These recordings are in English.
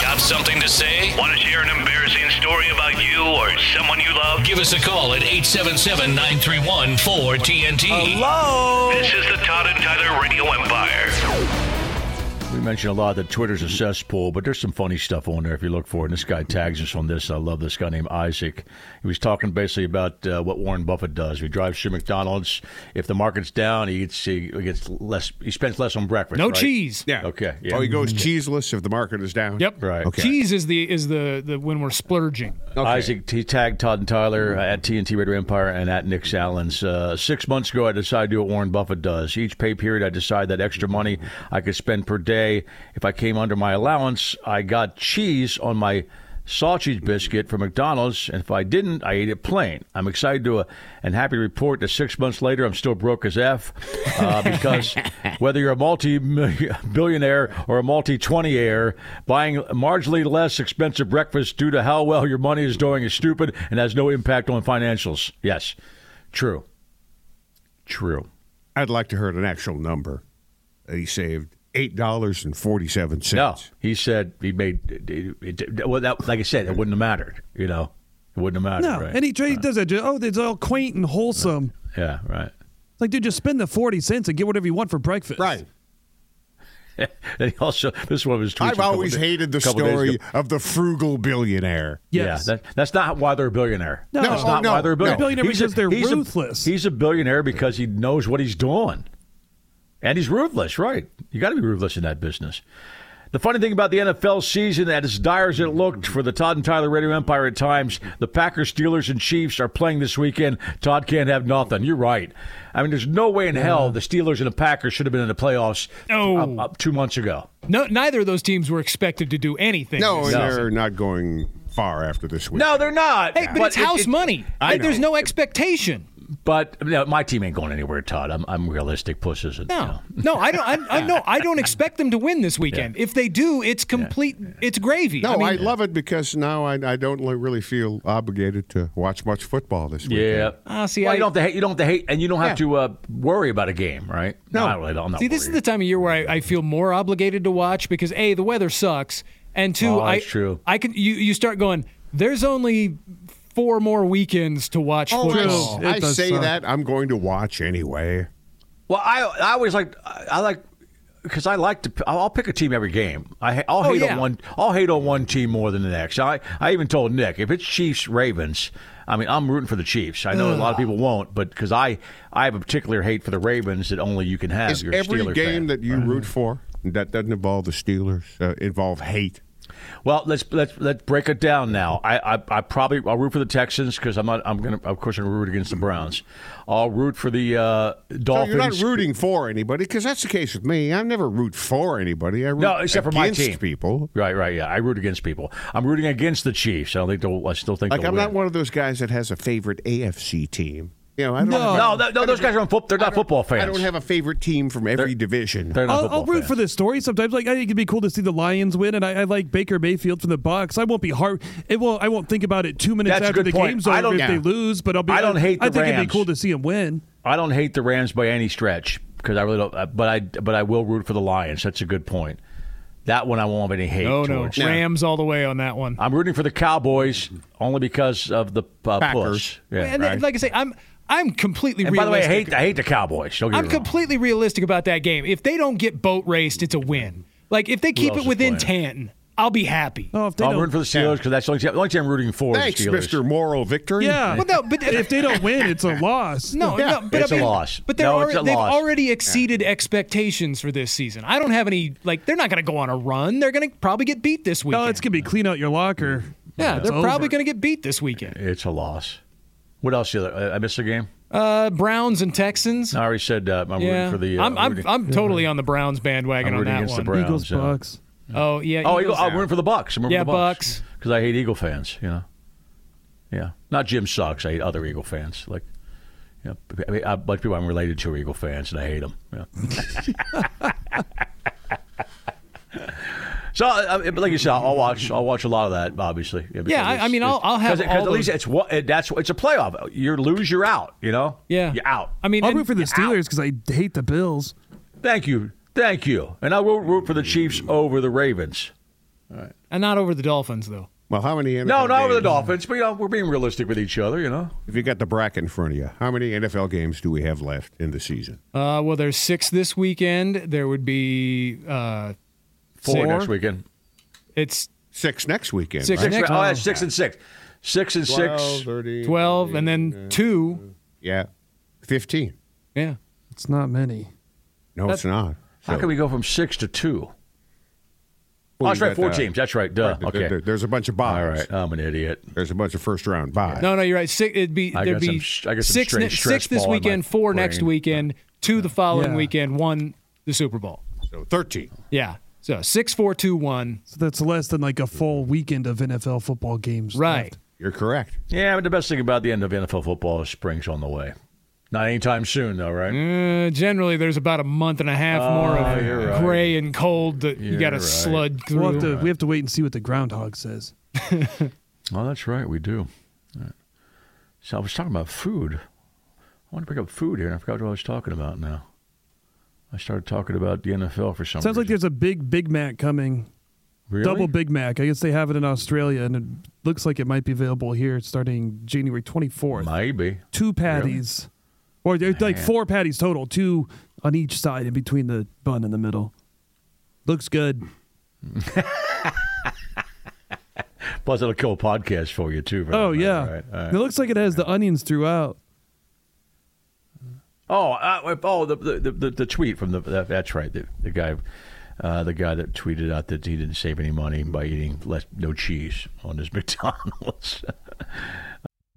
Got something to say? Want to share an embarrassing story about you or someone you love? Give us a call at 877 931 4TNT. Hello. This is the Todd and Tyler Radio Empire. We mentioned a lot that Twitter's a cesspool, but there's some funny stuff on there if you look for it. And this guy tags us on this. I love this guy named Isaac. He was talking basically about uh, what Warren Buffett does. He drives to McDonald's. If the market's down, he gets he gets less. He spends less on breakfast. No right? cheese. Yeah. Okay, yeah. Oh, he goes cheeseless if the market is down. Yep. Right. Okay. Cheese is the is the, the when we're splurging. Okay. Isaac, he tagged Todd and Tyler uh, at TNT Radio Empire and at Nick Salins. Uh, six months ago, I decided to do what Warren Buffett does. Each pay period, I decide that extra money I could spend per day. If I came under my allowance, I got cheese on my sausage biscuit from McDonald's, and if I didn't, I ate it plain. I'm excited to uh, and happy to report that six months later, I'm still broke as f uh, because whether you're a multi-billionaire or a multi-twenty-aire, buying marginally less expensive breakfast due to how well your money is doing is stupid and has no impact on financials. Yes, true, true. I'd like to hear an actual number. that He saved eight dollars and forty-seven cents. No, he said he made. It, it- well, that, like I said, it wouldn't have mattered. You know, it wouldn't have mattered. No, right? and he, tra- he does that. ju- Oh, it's all quaint and wholesome. yeah, right. It's like, dude, just spend the forty cents and get whatever you want for breakfast. Right. And he also, this one was. tweets a I've couple always da- hated the couple days story ago. of the frugal billionaire. Yes. Yeah, that, that's not why they're a billionaire. No. that's No, not no, why they're a no. billionaire. Billionaire He's a- because they're he's a- ruthless. he's a billionaire because he knows what he's doing, and he's ruthless. Right? You got to be ruthless in that business. The funny thing about the NFL season, that as dire as it looked for the Todd and Tyler Radio Empire at times, the Packers, Steelers, and Chiefs are playing this weekend. Todd can't have nothing. You're right. I mean, there's no way in hell the Steelers and the Packers should have been in the playoffs No. up, up two months ago. No, neither of those teams were expected to do anything. No, and No. they're not going far after this week. No, they're not. Hey, but, it's it- house it- money. I Like, There's know. no expectation. But you know, my team ain't going anywhere, Todd. I'm, I'm realistic. Puss isn't. you No, know. no, I don't. I, I no, I don't expect them to win this weekend. If they do, it's complete. It's gravy. No, I, mean, love it because now I, I don't li- really feel obligated to watch much football this week. Yeah. Ah, see, Well, I- you don't have to hate. You don't have to hate, and you don't have to uh, worry about a game, right? No, I really don't. I'm not See, this is worried. the time of year where I, I feel more obligated to watch because a the weather sucks, and two, Oh, I that's true. I can you you start going. There's only four more weekends to watch Oh, I, football. It I does say suck. that I'm going to watch anyway. well, I I always like I I like because I like to. I'll I'll pick a team every game. I ha- I'll Oh, hate yeah. on one. I'll hate on one team more than the next. I I even told Nick if it's Chiefs Ravens. I mean, I'm rooting for the Chiefs. I know a lot of people won't, but because I I have a particular hate for the Ravens that only you can have. Is You're a every Steeler game fan. that you root for that doesn't involve the Steelers uh, involve hate? Well, let's let's let's break it down now. I I, I probably I'll root for the Texans because I'm not I'm gonna of course I'm gonna root against the Browns. I'll root for the uh, No, Dolphins. you're not rooting for anybody because that's the case with me. I never root for anybody. I root No, except for my against team. people. Right, right, yeah. I root against people. I'm rooting against the Chiefs. I don't think they'll. I still think Like they'll I'm win. not one of those guys that has a favorite AFC team. You know, I don't. no, no, no, those guys are on football. They're not football fans. I don't have a favorite team from every division. They're not I'll, football I'll root fans. for this story sometimes. Like, I think it'd be cool to see the Lions win, and I, I like Baker Mayfield from the Bucks. I won't be hard. It will. I won't think about it two minutes That's a after good the point. game's I over don't- if yeah. they lose. But I'll be. I don't hate I the think it'd Rams. be cool to see him win. I don't hate the Rams by any stretch because I really don't. uh, But I but I will root for the Lions. That's a good point. That one I won't have any hate. No, no, towards. Rams all the way on that one. I'm rooting for the Cowboys only because of the uh, Packers. push. Yeah, and right. then, like I say, I'm I'm completely. And by the way, I realistic. hate I hate the Cowboys. Don't get I'm me wrong. completely realistic about that game. If they don't get boat raced, it's a win. Like if they keep else it is within playing? ten, I'll be happy. Oh, if they I'm don't, rooting for the Steelers because that's the only team, the only team I'm rooting for. is Thanks, the Steelers. Mr. Moral Victory. yeah. But no, but- if they don't win, it's a loss. No, Yeah, no, but it's I a mean, loss. But they're No, it's a already, they've loss. already exceeded expectations for this season. I don't have any like they're not going to go on a run. They're going to probably get beat this weekend. no, Oh, it's gonna be clean out your locker. yeah, It's they're over. probably going to get beat this weekend. It's a loss. What else? The other, I I missed the game. Uh, Browns and Texans. I already said uh, I'm yeah, rooting for the. Uh, I'm I'm, rooting- I'm totally on the Browns bandwagon I'm on rooting that against the one. Browns. Eagles, yeah. Bucks. oh yeah, Eagles Oh, Eagle, I'm now. rooting for the Bucks. I'm rooting Yeah, for the Bucks. Bucks. Because I hate Eagle fans, you know. Yeah. Not Jim sucks. I hate other Eagle fans. Like, you know, I mean, I, like people I'm related to are Eagle fans, and I hate them. Yeah. so, I, I- but like you said, I'll watch. I'll watch a lot of that, obviously. Yeah, I- I mean, I'll- I'll have because all at least those- it's what it, that's it's a playoff. You lose, you're out. You know. Yeah, You're out. I mean, I'll and- root for the uh, Steelers because I hate the Bills. Thank you, thank you, and I will root for the Chiefs over the Ravens. and not over the Dolphins though. Well, how many NFL No, not over the games- Dolphins, but you know, we're being realistic with each other. You know. If you got the bracket in front of you, how many NFL games do we have left in the season? Uh, well, there's six this weekend. There would be uh, Four, six- next weekend. It's Six next weekend. Six right? next- oh, that's six and six. Six and 12, six. 13, twelve, and then two. Yeah. 15. Yeah. It's not many. No, it's not. How So- can we go from six to two? Well, oh, that's you right, got four the- teams. That's right. Duh. Right, there- okay. there- there's a bunch of buys. All right. I'm an idiot. There's a bunch of first round buys. No, no, you're right. Six, it'd be I there'd got be some- I got some six, strange ne- stress six this ball in my weekend, four next brain. weekend, two the following Yeah. weekend, one the Super Bowl. So 13. Yeah. So six, four, two, one. So that's less than like a full weekend of NFL football games. Right. left. You're correct. Yeah, but the best thing about the end of NFL football is spring's on the way. Not anytime soon, though, right? Uh, generally, there's about a month and a half more Oh, you're of right. gray and cold that you got to right. sludge through. We'll have to we have to wait and see what the groundhog says. Oh, that's right. We do. All right. So I was talking about food. I want to bring up food here, and I forgot what I was talking about now. I started talking about the NFL for some Sounds like reason. there's a big Big Mac coming. Really? Double Big Mac. I guess they have it in Australia, and it looks like it might be available here starting January 24th. Maybe. Two patties, or there's like four patties total, two on each side, in between the bun in the middle. Looks good. Plus, it'll kill podcasts for you, too. for that Oh matter, yeah, right? All right. it looks like it has the onions throughout. Oh, uh, oh, the, the the the tweet from the that, that's right. The, the guy, uh, the guy that tweeted out that he didn't save any money by eating less no cheese on his McDonald's.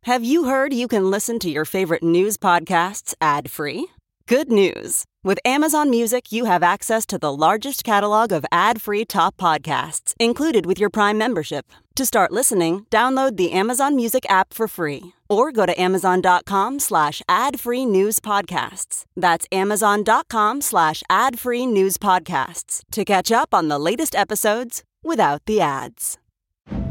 Have you heard you can listen to your favorite news podcasts ad free? Good news! With Amazon Music, you have access to the largest catalog of ad free top podcasts included with your Prime membership. To start listening, download the Amazon Music app for free or go to amazon.com slash ad free news podcasts. That's amazon.com slash ad free news podcasts to catch up on the latest episodes without the ads.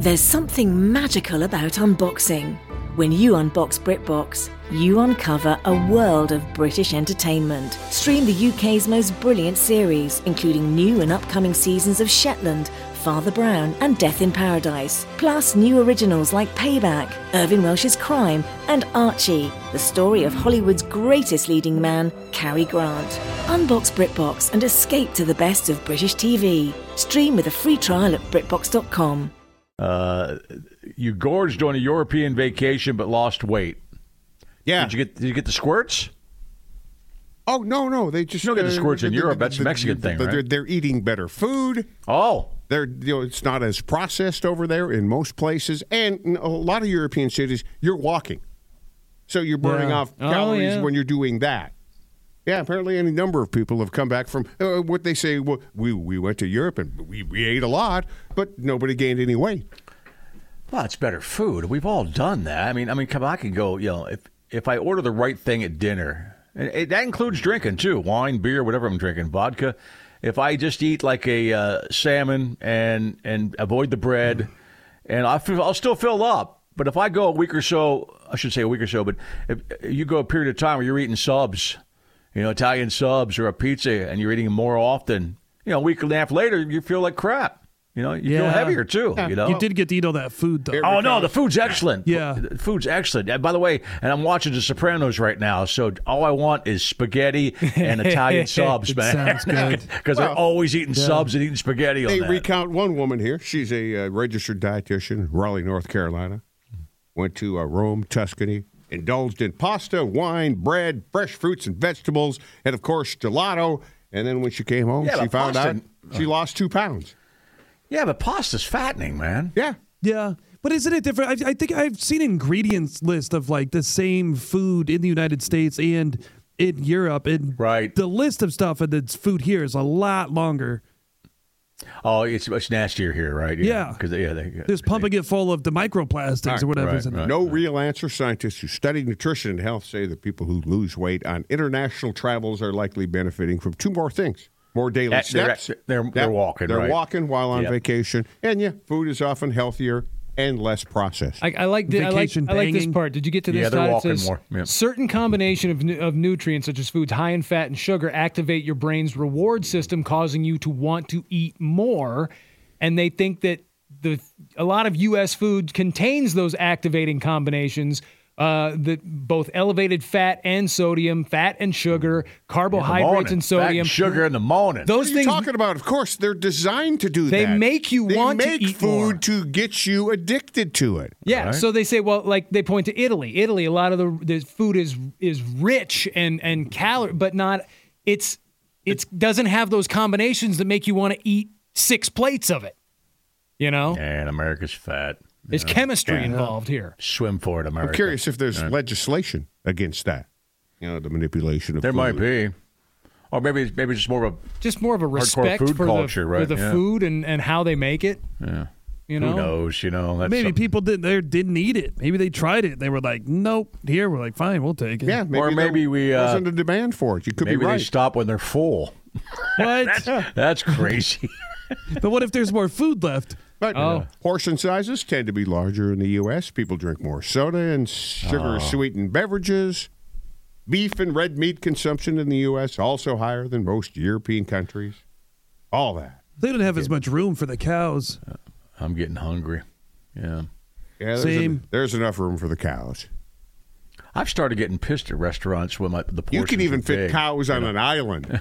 There's something magical about unboxing. When you unbox BritBox, you uncover a world of British entertainment. Stream the UK's most brilliant series, including new and upcoming seasons of Shetland, Father Brown, and Death in Paradise. Plus, new originals like Payback, Irving Welsh's Crime, and Archie, the story of Hollywood's greatest leading man, Cary Grant. Unbox BritBox and escape to the best of British TV. Stream with a free trial at BritBox.com. uh, you gorged on a European vacation but lost weight. Yeah. Did you get did you get the squirts? oh, no, no. They just. uh, You don't get the squirts in they- Europe. they- That's a they- Mexican they- thing, They're, right? they're eating better food. Oh, They're, you know, it's not as processed over there in most places. And in a lot of European cities, you're walking. So you're burning Yeah. off Oh, calories yeah. when you're doing that. Yeah, apparently any number of people have come back from uh, what they say. Well, we, we went to Europe and we, we ate a lot, but nobody gained any weight. well, it's better food. We've all done that. I mean, I mean, come on, I could go. You know, if if I order the right thing at dinner, and it, that includes drinking too, wine, beer, whatever I'm drinking, vodka. If I just eat like a uh, salmon and and avoid the bread, and I feel, I'll still fill up. But if I go a week or so, I should say a week or so, but if you go a period of time where you're eating subs, you know, Italian subs or a pizza, and you're eating more often, you know, a week and a half later, you feel like crap. You know, you feel Yeah. heavier too. You know, You did get to eat all that food, though. Oh no, the food's excellent. Yeah. the food's excellent. And by the way, and I'm watching The Sopranos right now, so all I want is spaghetti and Italian subs, man. sounds good. Because they're always eating subs and eating spaghetti on They that. recount one woman here. She's a uh, registered dietitian, Raleigh, North Carolina. Went to uh, Rome, Tuscany. Indulged in pasta, wine, bread, fresh fruits and vegetables, and of course gelato. And then when she came home, Yeah, she but found pasta- out she lost two pounds. yeah, but pasta's fattening, man. Yeah, Yeah. But isn't it different? I, I think I've seen ingredients list of like the same food in the United States and in Europe, and Right. the list of stuff and the food here is a lot longer. Oh, it's it's nastier here, right? Yeah. because yeah, they, Just pumping it full of the microplastics or whatever's right, in it. right. No real answer. Scientists who study nutrition and health say that people who lose weight on international travels are likely benefiting from two more things more daily Uh, they're- steps. they're- they're walking, They're right. walking while on Yep. vacation. And yeah, food is often healthier and less processed. I, I like the, I like Vacation I like this banging. part. Did you get to this? Yeah, they're Todd? It walking says, more. Yeah. Certain combination of nu- of nutrients such as foods high in fat and sugar activate your brain's reward system, causing you to want to eat more. And they think that the a lot of U.S. food contains those activating combinations. Uh, that both elevated fat and sodium, fat and sugar, carbohydrates morning, and fat sodium, sugar in the morning. Those what are you things talking about? Of course, they're designed to do They that. make you They want to make eat food more. to get you addicted to it. Yeah, so they say, well, like they point to Italy. Italy, a lot of the, the food is is rich and and calor, but not it's it's doesn't have those combinations that make you want to eat six plates of it. You know, and America's fat. there's chemistry involved here. Swim for it, America. I'm curious if there's legislation against that. You know, the manipulation of There food. might be, or maybe it's- maybe it's just more of a Just more of a respect food for culture, the, right, for the yeah. food and and how they make it. Yeah, you know, who knows, you know. That's Maybe something- people didn't there didn't eat it. Maybe they tried it. and They were like, nope. Here we're like, fine, we'll take it. Yeah, maybe Or there maybe we, uh, wasn't a demand for it. You could maybe be right. they stop when they're full. What? That's crazy. but what if there's more food left? But portion sizes tend to be larger in the U.S. People drink more soda and sugar sweetened beverages. Beef and red meat consumption in the U.S. also higher than most European countries. All that. They don't have as much room for the cows. I'm getting hungry. Yeah. Yeah, there's, Same. en- there's enough room for the cows. I've started getting pissed at restaurants when my, the portions you can even are fit big. cows on an island,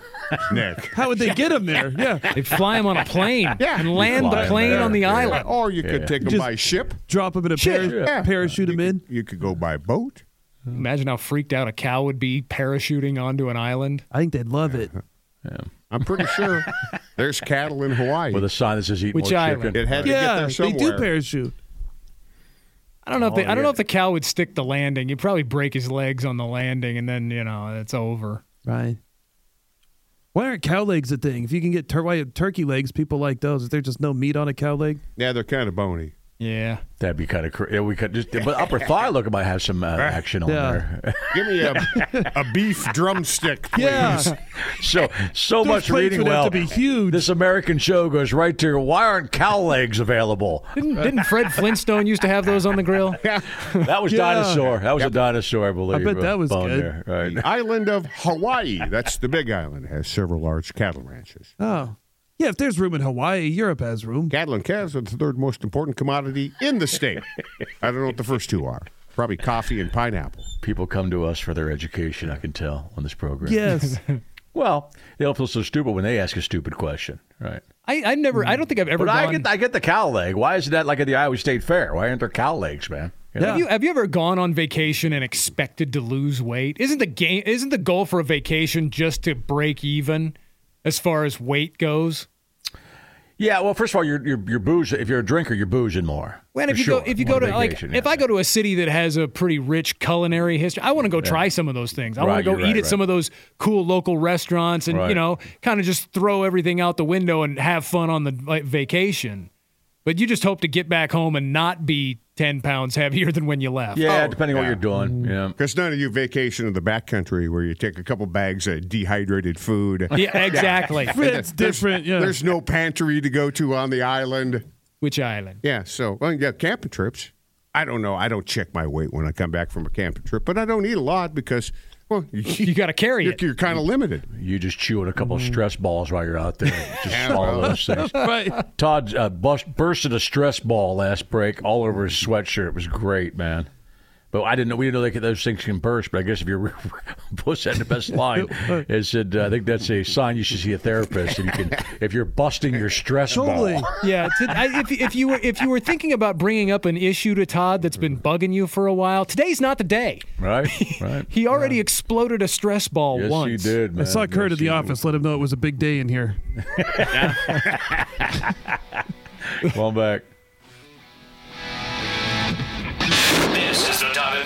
Nick. How would they get them there? Yeah. they fly them on a plane Yeah. and land Fly the 'em plane there, on the yeah. island. Or you could take them Just- by ship. Drop them in a Shit, par- yeah. parachute them in. You could go by boat. Imagine how freaked out a cow would be parachuting onto an island. I think they'd love it. I'm pretty sure there's cattle in Hawaii. with a sign that says "Eat Which more island? chicken." it had to get Yeah, there they somewhere. do parachute. I don't know if they, I don't know if the cow would stick the landing. You'd probably break his legs on the landing, and then you know it's over. Right. Why aren't cow legs a thing? If you can get tur- why turkey legs, people like those. Is there just no meat on a cow leg? yeah, they're kind of bony. Yeah, That'd be kind of crazy. We could just, but upper thigh look, it might have some uh, action on Yeah. there. Give me a, a beef drumstick, please. so so Those much plates reading. would have Well, to be huge. This American show goes right to why aren't cow legs available? didn't didn't Fred Flintstone used to have those on the grill? That was Yeah. dinosaur. That was a dinosaur, I believe. bet that was Bone good. there, Right. The island of Hawaii, that's the big island, has several large cattle ranches. Oh. Yeah, if there's room in Hawaii, Europe has room. Cattle and calves are the third most important commodity in the state. I don't know what the first two are. Probably coffee and pineapple. People come to us for their education. I can tell on this program. Yes. Well, they don't feel so stupid when they ask a stupid question, right? I I never I don't think I've ever. But I gone- get I get the cow leg. Why isn't that like at the Iowa State Fair? Why aren't there cow legs, man? You know? Yeah. Have you, have you ever gone on vacation and expected to lose weight? Isn't the game isn't the goal for a vacation just to break even as far as weight goes? Yeah. Well, first of all, you're you're, you're booze. If you're a drinker, you're boozing more. Well, and if For you sure, go if you on go a to like vacation, if yeah. I go to a city that has a pretty rich culinary history, I want to go try some of those things. I want Right, to go you're eat right, at right. some of those cool local restaurants and Right. you know kind of just throw everything out the window and have fun on the like, vacation. But you just hope to get back home and not be ten pounds heavier than when you left. yeah, depending on what you're Mm. doing, yeah. Because none of you vacation in the backcountry where you take a couple bags of dehydrated food. Yeah, exactly. It's different. Yeah. There's no pantry to go to on the island. Which island? Yeah, so well, yeah, camping trips. I don't know. I don't check my weight when I come back from a camping trip, but I don't eat a lot because Well, You got to carry you're, it. you're kind of limited. You just chewing a Mm. couple stress balls while you're out there. Just Yeah, swallow well. those things. Right. Todd uh, bust, bursted a stress ball last break all over Mm. his sweatshirt. It was great, man. But I didn't know we didn't know like those things can burst. But I guess if you're Bush had the best line. It said, uh, "I think that's a sign you should see a therapist if you can if you're busting your stress Totally. ball." Yeah, to, I, if, if you were if you were thinking about bringing up an issue to Todd that's been bugging you for a while, today's not the day. Right, right. He already exploded a stress ball Yes, once. you did, I man. saw Kurt Yes, at the you office. Let him know it was a big day in here. did. Come on back. This is the Todd and